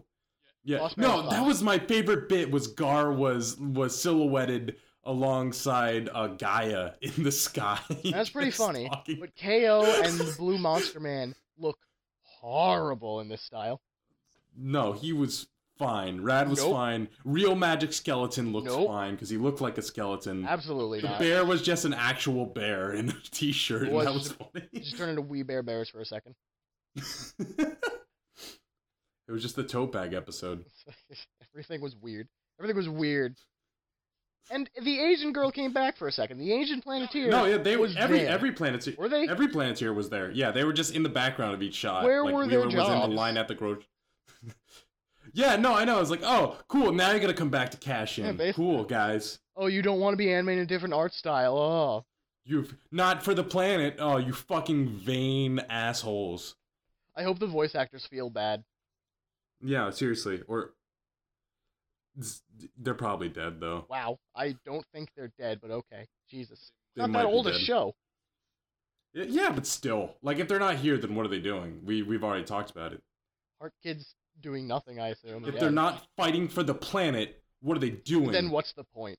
Speaker 1: Yeah.
Speaker 2: Boss Man
Speaker 1: no,
Speaker 2: was
Speaker 1: that
Speaker 2: hot.
Speaker 1: was my favorite bit was Gar was was silhouetted alongside uh, Gaia in the sky.
Speaker 2: That's pretty
Speaker 1: Just
Speaker 2: funny,
Speaker 1: talking-
Speaker 2: But KO and the Blue Monster Man look horrible in this style.
Speaker 1: No, he was fine. Rad was
Speaker 2: Nope.
Speaker 1: fine. Real magic skeleton looked
Speaker 2: Nope.
Speaker 1: fine because he looked like a skeleton.
Speaker 2: Absolutely
Speaker 1: The
Speaker 2: not.
Speaker 1: bear was just an actual bear in a t-shirt.
Speaker 2: It
Speaker 1: and
Speaker 2: was
Speaker 1: that was
Speaker 2: just Just turn into wee bear bears for a second.
Speaker 1: funny. it was just the tote bag episode.
Speaker 2: Everything was weird. Everything was weird. And the Asian girl came back for a second. The Asian Planeteer.
Speaker 1: No, yeah, they
Speaker 2: was
Speaker 1: every
Speaker 2: there.
Speaker 1: every planeteer
Speaker 2: Were they?
Speaker 1: every planeteer was there. Yeah, they were just in the background of each shot.
Speaker 2: Where
Speaker 1: like,
Speaker 2: were
Speaker 1: we
Speaker 2: their
Speaker 1: were Was in
Speaker 2: jobs?
Speaker 1: the line at the grocery. yeah, no, I know. I was like, oh, cool. Now you're gonna come back to cash
Speaker 2: Yeah,
Speaker 1: in.
Speaker 2: basically.
Speaker 1: cool, guys.
Speaker 2: Oh, you don't want to be animated in a different art style. Oh.
Speaker 1: You've not for the planet. Oh, you fucking vain assholes.
Speaker 2: I hope the voice actors feel bad.
Speaker 1: Yeah, seriously. Or Z- they're probably dead though.
Speaker 2: Wow. I don't think they're dead, but okay. Jesus.
Speaker 1: They
Speaker 2: Not
Speaker 1: might
Speaker 2: that
Speaker 1: be
Speaker 2: old a
Speaker 1: dead.
Speaker 2: show.
Speaker 1: Y- Yeah, but still, like if they're not here, then what are they doing? We we've already talked about it.
Speaker 2: Heart Kid's doing nothing, I assume.
Speaker 1: If
Speaker 2: yeah.
Speaker 1: they're not fighting for the planet, what are they doing?
Speaker 2: then what's the point?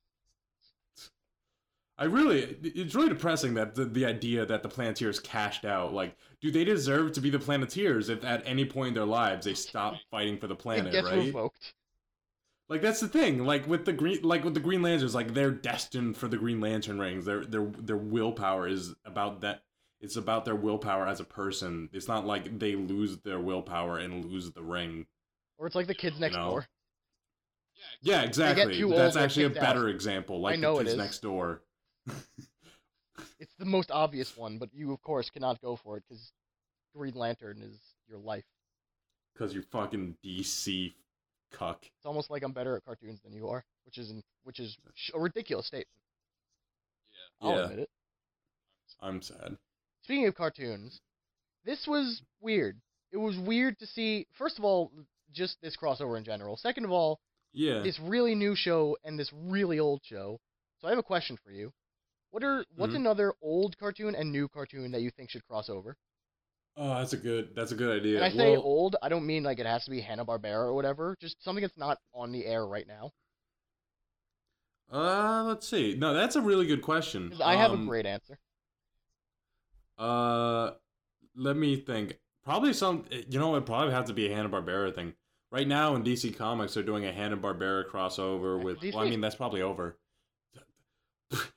Speaker 1: I really, it's really depressing that the, the idea that the Planeteers cashed out. Like, do they deserve to be the Planeteers if at any point in their lives they stop fighting for the
Speaker 2: it
Speaker 1: planet,
Speaker 2: gets
Speaker 1: right?
Speaker 2: revoked.
Speaker 1: Like that's the thing. Like with the green, like with the Green Lanterns, like they're destined for the Green Lantern rings. Their their their willpower is about that. It's about their willpower as a person. It's not like they lose their willpower and lose the ring.
Speaker 2: Or it's like the kids next
Speaker 1: No.
Speaker 2: door.
Speaker 1: Yeah, exactly.
Speaker 2: too old,
Speaker 1: That's
Speaker 2: they're
Speaker 1: actually a
Speaker 2: kicked
Speaker 1: better
Speaker 2: out.
Speaker 1: example. Like
Speaker 2: know
Speaker 1: the
Speaker 2: it
Speaker 1: kids
Speaker 2: is.
Speaker 1: next door.
Speaker 2: It's the most obvious one, but you of course cannot go for it because Green Lantern is your life.
Speaker 1: Because you're fucking DC cuck.
Speaker 2: It's almost like I'm better at cartoons than you are, which is which is sh- a ridiculous statement. I'll
Speaker 1: yeah,
Speaker 2: admit it.
Speaker 1: I'm sad.
Speaker 2: Speaking of cartoons, this was weird. It was weird to see. First of all, just this crossover in general. Second of all,
Speaker 1: Yeah.
Speaker 2: this really new show and this really old show. So I have a question for you. What are what's
Speaker 1: Mhm.
Speaker 2: another old cartoon and new cartoon that you think should cross over?
Speaker 1: Oh, that's a good. That's a good idea.
Speaker 2: and I say
Speaker 1: Well,
Speaker 2: old, I don't mean like it has to be Hanna Barbera or whatever. Just something that's not on the air right now.
Speaker 1: uh, let's see. No, that's a really good question.
Speaker 2: 'Cause I have a
Speaker 1: Um,
Speaker 2: great answer.
Speaker 1: Uh, let me think. Probably some. You know, it probably have to be a Hanna Barbera thing. Right now in DC Comics, they're doing a Hanna Barbera crossover with.
Speaker 2: DC?
Speaker 1: Well, I mean, that's probably over.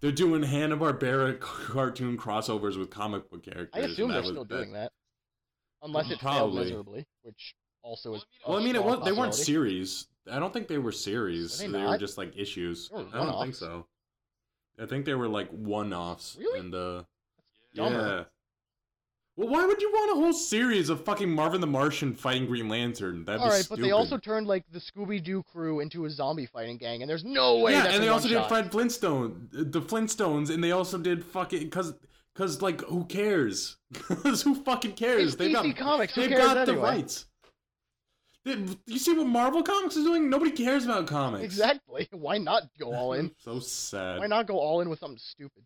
Speaker 1: they're doing Hanna Barbera cartoon crossovers with comic book characters.
Speaker 2: I assume
Speaker 1: and that
Speaker 2: they're
Speaker 1: was-
Speaker 2: still
Speaker 1: that-
Speaker 2: doing that, unless it failed
Speaker 1: Probably.
Speaker 2: miserably, which also is. a
Speaker 1: Well, I mean, it
Speaker 2: strong
Speaker 1: was, they weren't
Speaker 2: possibility.
Speaker 1: series. I don't think they were series.
Speaker 2: Were
Speaker 1: They,
Speaker 2: they
Speaker 1: were
Speaker 2: not?
Speaker 1: just like issues.
Speaker 2: They were
Speaker 1: I don't think
Speaker 2: one-offs.
Speaker 1: so. I think they were like one-offs.
Speaker 2: Really?
Speaker 1: And uh, yeah.
Speaker 2: dumber.
Speaker 1: Well, why would you want a whole series of fucking Marvin the Martian fighting Green Lantern? That'd
Speaker 2: All
Speaker 1: be
Speaker 2: right,
Speaker 1: stupid.
Speaker 2: but they also turned like the Scooby Doo crew into a zombie fighting gang, and there's no way.
Speaker 1: yeah,
Speaker 2: that's
Speaker 1: and
Speaker 2: a
Speaker 1: they also did
Speaker 2: one-shot.
Speaker 1: Fred Flintstone, the Flintstones, and they also did fucking because because like who cares? 'Cause who fucking cares?
Speaker 2: It's DC Comics. Who
Speaker 1: They've
Speaker 2: cares
Speaker 1: got the
Speaker 2: anyway?
Speaker 1: rights. They- you see what Marvel Comics is doing? Nobody cares about comics.
Speaker 2: Exactly. Why not go all in?
Speaker 1: So sad.
Speaker 2: Why not go all in with something stupid?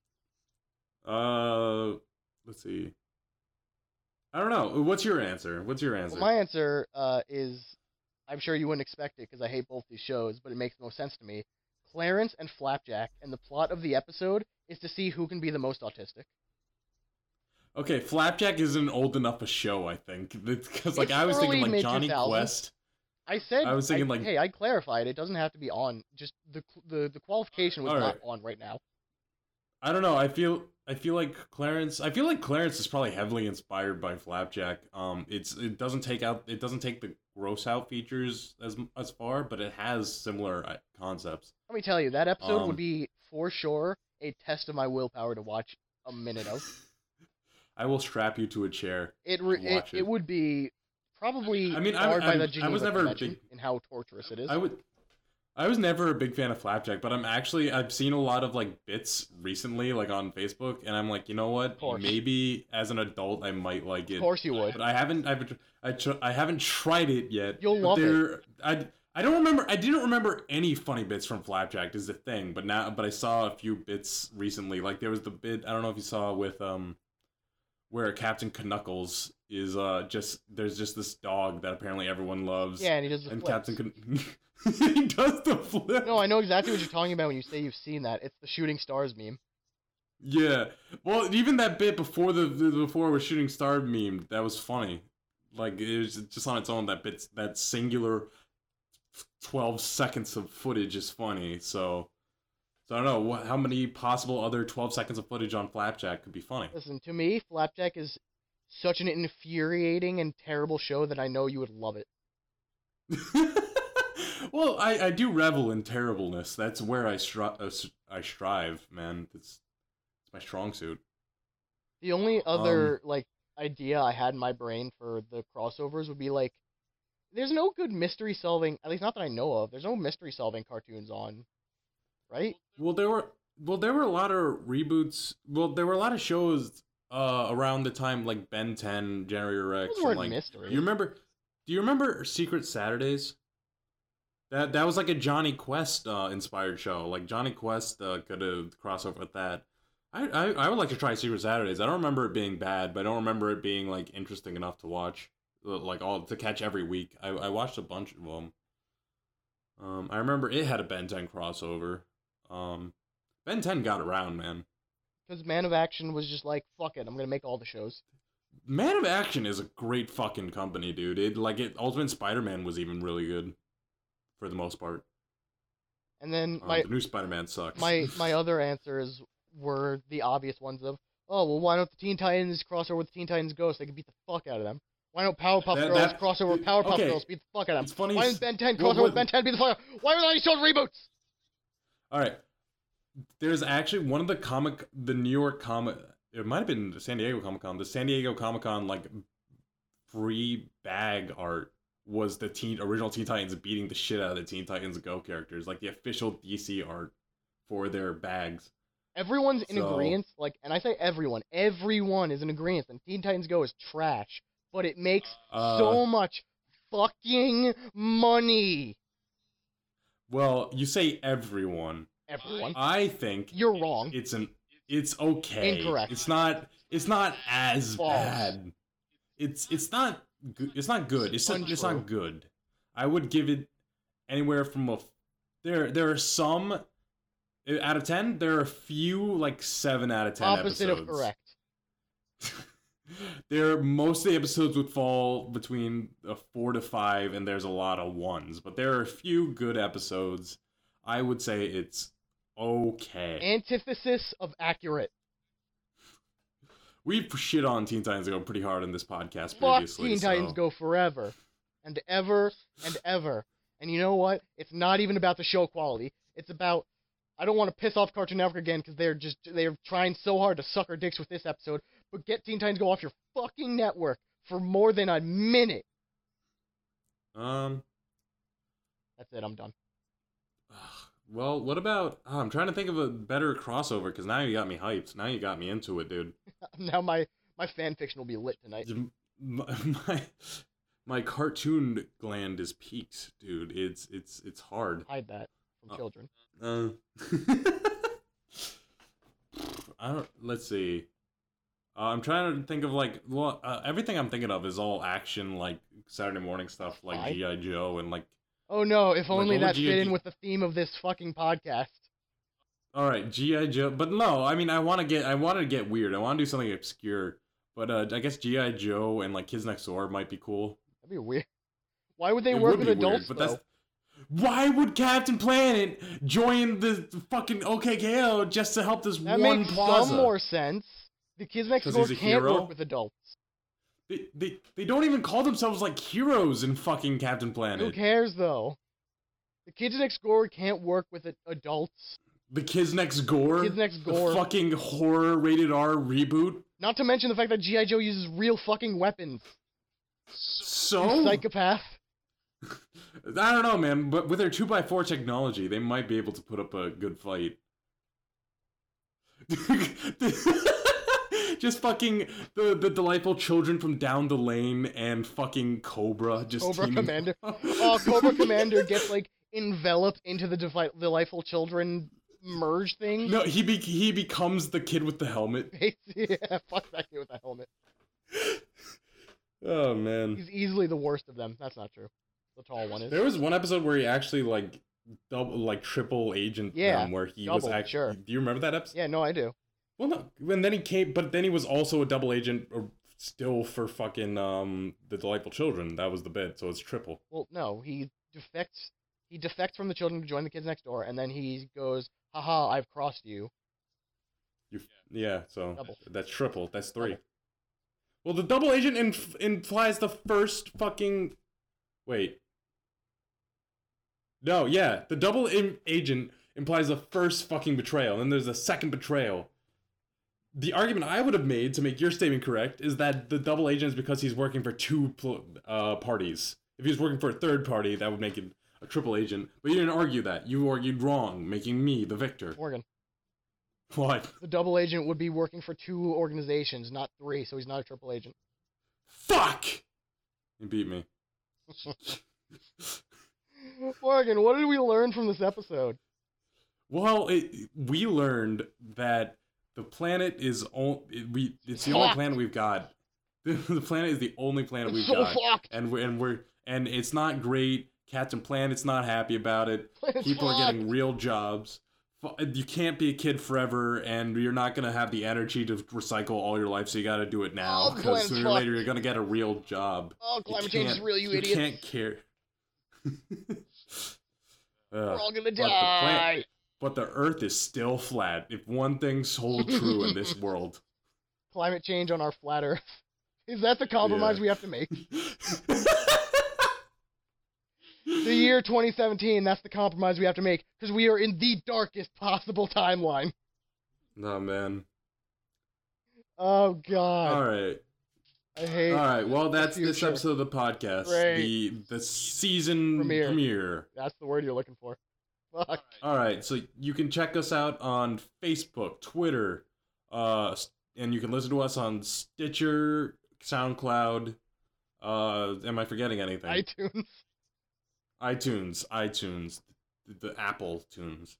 Speaker 1: Uh, let's see. I don't know. What's your answer? What's your answer?
Speaker 2: Well, my answer uh, is, I'm sure you wouldn't expect it because I hate both these shows, but it makes the most sense to me. Clarence and Flapjack, and the plot of the episode is to see who can be the most autistic.
Speaker 1: okay, Flapjack isn't old enough a show. I think because like
Speaker 2: It's
Speaker 1: I was thinking
Speaker 2: early
Speaker 1: like
Speaker 2: mid-
Speaker 1: Johnny
Speaker 2: 2000s.
Speaker 1: Quest.
Speaker 2: I said,
Speaker 1: I was thinking, like-
Speaker 2: hey, I clarified. It doesn't have to be on. Just the the the qualification was
Speaker 1: All
Speaker 2: not
Speaker 1: right.
Speaker 2: on right now.
Speaker 1: I don't know. I feel I feel like Clarence. I feel like Clarence is probably heavily inspired by Flapjack. Um, it's it doesn't take out it doesn't take the gross out features as as far, but it has similar uh, concepts.
Speaker 2: Let me tell you, that episode
Speaker 1: Um,
Speaker 2: would be for sure a test of my willpower to watch a minute of.
Speaker 1: I will strap you to a chair.
Speaker 2: It re-
Speaker 1: to watch
Speaker 2: it,
Speaker 1: it.
Speaker 2: it would be probably
Speaker 1: I mean, I'm-
Speaker 2: barred by
Speaker 1: I'm-
Speaker 2: the
Speaker 1: I
Speaker 2: Geneva
Speaker 1: was never a
Speaker 2: Convention
Speaker 1: big-
Speaker 2: in how torturous it is.
Speaker 1: I would. I was never a big fan of Flapjack, but I'm actually I've seen a lot of like bits recently, like on Facebook, and I'm like, you know what?
Speaker 2: course.
Speaker 1: Maybe as an adult, I might like it.
Speaker 2: of course you would.
Speaker 1: But I haven't. I've I, tr- I haven't tried it yet.
Speaker 2: You'll
Speaker 1: But
Speaker 2: love it.
Speaker 1: there, I I don't remember. I didn't remember any funny bits from Flapjack. Is the thing, but now but I saw a few bits recently. Like there was the bit I don't know if you saw with um where Captain Knuckles is uh just there's just this dog that apparently everyone loves.
Speaker 2: Yeah, and he does the
Speaker 1: And
Speaker 2: flips.
Speaker 1: Captain can he does the flip.
Speaker 2: No, I know exactly what you're talking about when you say you've seen that. It's the shooting stars meme.
Speaker 1: Yeah. Well, even that bit before the, the before we're shooting star meme that was funny. Like it was just on its own. That bit, that singular twelve seconds of footage is funny. So, so I don't know what, how many possible other twelve seconds of footage on Flapjack could be funny.
Speaker 2: Listen, to me, Flapjack is such an infuriating and terrible show that I know you would love it.
Speaker 1: well, I, I do revel in terribleness. That's where I stri- uh, s- I strive, man. It's it's my strong suit.
Speaker 2: The only
Speaker 1: Um,
Speaker 2: other like idea I had in my brain for the crossovers would be like there's no good mystery solving, at least not that I know of. There's no mystery solving cartoons on, right?
Speaker 1: Well, there were well, there were a lot of reboots. Well, there were a lot of shows uh, around the time like Ben 10, January Rex,
Speaker 2: Those
Speaker 1: and,
Speaker 2: weren't
Speaker 1: like
Speaker 2: mysteries.
Speaker 1: you remember? Do you remember Secret Saturdays? That that was like a Johnny Quest uh, inspired show. Like Johnny Quest uh, could have crossover with that. I, I I would like to try Secret Saturdays. I don't remember it being bad, but I don't remember it being like interesting enough to watch, uh, like all to catch every week. I, I watched a bunch of them. Um, I remember it had a Ben 10 crossover. Um, Ben 10 got around, man.
Speaker 2: Because Man of Action was just like, fuck it, I'm gonna make all the shows.
Speaker 1: Man of Action is a great fucking company, dude. It like it Ultimate Spider-Man was even really good for the most part.
Speaker 2: And then
Speaker 1: Um,
Speaker 2: my
Speaker 1: the new Spider-Man sucks.
Speaker 2: my my uh, other answers were the obvious ones of, oh well, why don't the Teen Titans cross over with Teen Titans Ghost? They could beat the fuck out of them. Why don't Powerpuff
Speaker 1: That-
Speaker 2: Girls
Speaker 1: that-
Speaker 2: cross over with Powerpuff
Speaker 1: okay.
Speaker 2: Girls? Beat the fuck out of
Speaker 1: It's
Speaker 2: them.
Speaker 1: funny
Speaker 2: Why
Speaker 1: you
Speaker 2: didn't
Speaker 1: s-
Speaker 2: Ben 10
Speaker 1: what-
Speaker 2: cross over with
Speaker 1: what-
Speaker 2: Ben 10? Beat the fuck out of Why were there any shown reboots?
Speaker 1: All right. There's actually one of the comic, the New York comic, it might have been the San Diego Comic Con, the San Diego Comic Con, like, free bag art was the teen, original Teen Titans beating the shit out of the Teen Titans Go characters, like the official DC art for their bags.
Speaker 2: Everyone's in
Speaker 1: So-
Speaker 2: agreement. Like, and I say everyone, everyone is in agreement. And Teen Titans Go is trash, but it makes
Speaker 1: Uh,
Speaker 2: so much fucking money.
Speaker 1: well, you say everyone.
Speaker 2: Everyone,
Speaker 1: I think
Speaker 2: you're wrong.
Speaker 1: Uh, it's an it's okay.
Speaker 2: Incorrect.
Speaker 1: It's not it's not as
Speaker 2: False.
Speaker 1: bad. It's it's not go- it's not good. It's not, it's not good. I would give it anywhere from a f- there there are some uh, out of 10 there are a few like 7 out of 10
Speaker 2: Opposite
Speaker 1: episodes.
Speaker 2: of correct.
Speaker 1: There most of the episodes would fall between a four to five, and there's a lot of ones, but there are a few good episodes. I would say it's okay.
Speaker 2: Antithesis of accurate.
Speaker 1: We've shit on Teen Titans Go pretty hard on this podcast
Speaker 2: Fuck
Speaker 1: previously.
Speaker 2: Teen Titans
Speaker 1: so-
Speaker 2: Go forever, and ever and ever. And you know what? It's not even about the show quality. It's about I don't want to piss off Cartoon Network again because they're just they're trying so hard to suck our dicks with this episode. But get Teen Titans Go off your fucking network for more than a minute.
Speaker 1: Um.
Speaker 2: That's it. I'm done.
Speaker 1: Well, what about? ah, I'm trying to think of a better crossover because now you got me hyped. Now you got me into it, dude.
Speaker 2: Now my my fan fiction will be lit tonight.
Speaker 1: My, my my cartoon gland is peaked, dude. It's it's it's hard.
Speaker 2: Hide that from
Speaker 1: Oh.
Speaker 2: children.
Speaker 1: Uh, I don't. Let's see. Uh, I'm trying to think of like well, uh, everything I'm thinking of is all action, like Saturday morning stuff, like
Speaker 2: Spy?
Speaker 1: GI Joe and like
Speaker 2: Oh no! If
Speaker 1: Like,
Speaker 2: only
Speaker 1: what
Speaker 2: that
Speaker 1: would you
Speaker 2: fit in
Speaker 1: do-
Speaker 2: with the theme of this fucking podcast.
Speaker 1: All right, GI Joe, but no, I mean, I want to get, I want to get weird. I want to do something obscure, but uh, I guess GI Joe and like Kids Next Door might be cool.
Speaker 2: That'd be weird. Why would they
Speaker 1: It
Speaker 2: work
Speaker 1: would
Speaker 2: with
Speaker 1: be weird,
Speaker 2: adults though?
Speaker 1: why would Captain Planet join the fucking OKKO just to help this
Speaker 2: That
Speaker 1: one
Speaker 2: makes
Speaker 1: plaza?
Speaker 2: some more sense. The kids next
Speaker 1: 'Cause
Speaker 2: door
Speaker 1: he's a
Speaker 2: can't
Speaker 1: hero?
Speaker 2: work with adults.
Speaker 1: They, they, they don't even call themselves like heroes in fucking Captain
Speaker 2: Who
Speaker 1: Planet.
Speaker 2: cares though? The kids next door can't work with a- adults.
Speaker 1: The Kids Next Gore,
Speaker 2: Kids Next Door.
Speaker 1: the fucking horror rated R reboot.
Speaker 2: Not to mention the fact that GI Joe uses real fucking weapons. You
Speaker 1: So
Speaker 2: Psychopath.
Speaker 1: I don't know, man, but with their 2x4 technology, they might be able to put up a good fight. just fucking the, the delightful children from down the lane and fucking Cobra just
Speaker 2: Cobra
Speaker 1: teaming-
Speaker 2: Commander. Oh, Cobra Commander gets like enveloped into the devi- delightful children merge thing.
Speaker 1: No, he be- he becomes the kid with the helmet.
Speaker 2: yeah, fuck that kid with that helmet.
Speaker 1: Oh man.
Speaker 2: He's easily the worst of them. That's not true. The tall one is.
Speaker 1: There was one episode where he actually like double like triple agent
Speaker 2: Yeah,
Speaker 1: them where he was
Speaker 2: double,
Speaker 1: actually
Speaker 2: sure.
Speaker 1: Do you remember that episode?
Speaker 2: Yeah, no, I do.
Speaker 1: Well, no, and then he came, but then he was also a double agent, or still for fucking um the delightful children. That was the bit, so it's triple.
Speaker 2: Well, no, he defects. He defects from the children to join the kids next door, and then he goes, "Haha, I've crossed you."
Speaker 1: You, yeah, so
Speaker 2: Double.
Speaker 1: that's triple. That's three.
Speaker 2: Double.
Speaker 1: Well, the double agent inf- implies the first fucking. Wait. No, yeah, the double Im- agent implies the first fucking betrayal, and then there's a second betrayal. The argument I would have made to make your statement correct is that the double agent is because he's working for two pl- uh, parties. If he was working for a third party, that would make him a triple agent. But you didn't argue that. You argued wrong, making me the victor.
Speaker 2: Morgan,
Speaker 1: What?
Speaker 2: the double agent would be working for two organizations, not three, so he's not a triple agent.
Speaker 1: Fuck! You beat me.
Speaker 2: Morgan, what did we learn from this episode?
Speaker 1: Well, it, we learned that the planet is only we. It's the only
Speaker 2: Fuck.
Speaker 1: planet we've got. The planet is the only planet
Speaker 2: It's
Speaker 1: we've
Speaker 2: so
Speaker 1: got,
Speaker 2: fucked.
Speaker 1: and we're and we're and it's not great. Captain Planet's not happy about it.
Speaker 2: It's
Speaker 1: People are
Speaker 2: fucked.
Speaker 1: getting real jobs. Fu- You can't be a kid forever, and you're not gonna have the energy to recycle all your life. So you got to do it now,
Speaker 2: Oh,
Speaker 1: because
Speaker 2: planet's
Speaker 1: sooner or
Speaker 2: fucked.
Speaker 1: later you're gonna get a real job.
Speaker 2: Oh,
Speaker 1: You
Speaker 2: climate change is
Speaker 1: can't-
Speaker 2: real, you,
Speaker 1: you
Speaker 2: idiots.
Speaker 1: can't care.
Speaker 2: We're
Speaker 1: Ugh.
Speaker 2: all gonna
Speaker 1: uh, the plant-
Speaker 2: die.
Speaker 1: But the Earth is still flat. If one thing's hold true in this world,
Speaker 2: Climate change on our flat Earth. Is that the compromise
Speaker 1: Yeah.
Speaker 2: we have to make? The year 2017, that's the compromise we have to make because we are in the darkest possible timeline.
Speaker 1: no man.
Speaker 2: Oh god,
Speaker 1: All right.
Speaker 2: I hate.
Speaker 1: All right. Well, that's this
Speaker 2: future.
Speaker 1: episode of the podcast.
Speaker 2: Great.
Speaker 1: The the season
Speaker 2: Premiere.
Speaker 1: premiere.
Speaker 2: That's the word you're looking for. Fuck.
Speaker 1: All right. So you can check us out on Facebook, Twitter, uh, and you can listen to us on Stitcher, SoundCloud. Uh, am I forgetting anything?
Speaker 2: iTunes.
Speaker 1: iTunes, iTunes, the, the Apple Tunes.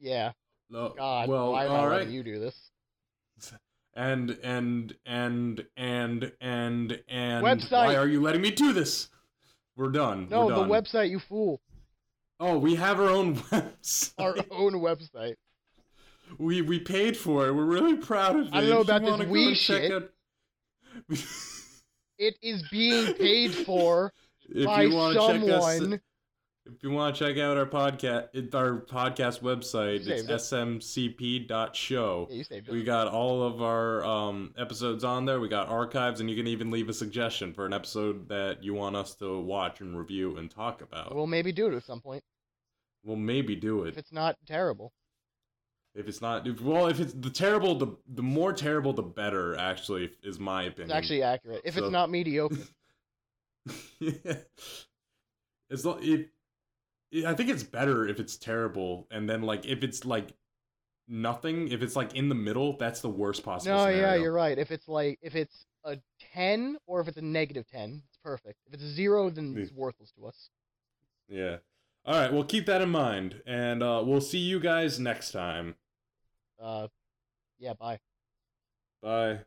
Speaker 2: Yeah.
Speaker 1: No,
Speaker 2: God.
Speaker 1: well,
Speaker 2: why am I
Speaker 1: all
Speaker 2: letting
Speaker 1: right.
Speaker 2: you do this?
Speaker 1: And and and and and and
Speaker 2: Website.
Speaker 1: Why are you letting me do this? We're done.
Speaker 2: No,
Speaker 1: We're
Speaker 2: the
Speaker 1: done.
Speaker 2: website, you fool.
Speaker 1: Oh, we have our own website.
Speaker 2: Our own website.
Speaker 1: We we paid for it. We're really proud of it.
Speaker 2: I don't know
Speaker 1: If you
Speaker 2: about this
Speaker 1: wanna go
Speaker 2: we
Speaker 1: check
Speaker 2: shit.
Speaker 1: out-
Speaker 2: It is being paid for
Speaker 1: if
Speaker 2: by
Speaker 1: you want to check us, uh,
Speaker 2: someone.
Speaker 1: if you want to check out our podcast, it- our podcast website,
Speaker 2: Saved
Speaker 1: it's
Speaker 2: it.
Speaker 1: smcp.show.
Speaker 2: Yeah, you saved it.
Speaker 1: We got all of our um, episodes on there. We got archives, and you can even leave a suggestion for an episode that you want us to watch and review and talk about. We'll,
Speaker 2: We'll maybe do it at some point
Speaker 1: maybe do
Speaker 2: if
Speaker 1: it
Speaker 2: it's not terrible.
Speaker 1: if it's not. If, well, if it's the terrible, the the more terrible, the better. Actually, is my opinion.
Speaker 2: It's actually accurate. If it's
Speaker 1: So-
Speaker 2: not mediocre,
Speaker 1: yeah. As long it, it, I think it's better if it's terrible, and then like if it's like nothing, if it's like in the middle, that's the worst possible.
Speaker 2: no, yeah,
Speaker 1: scenario.
Speaker 2: you're right. If it's like if it's a ten or if it's a negative ten, it's perfect. If it's a zero, then
Speaker 1: Yeah.
Speaker 2: it's worthless to us.
Speaker 1: Yeah. All right. Well, keep that in mind, and uh, we'll see you guys next time.
Speaker 2: Uh, yeah, bye.
Speaker 1: Bye.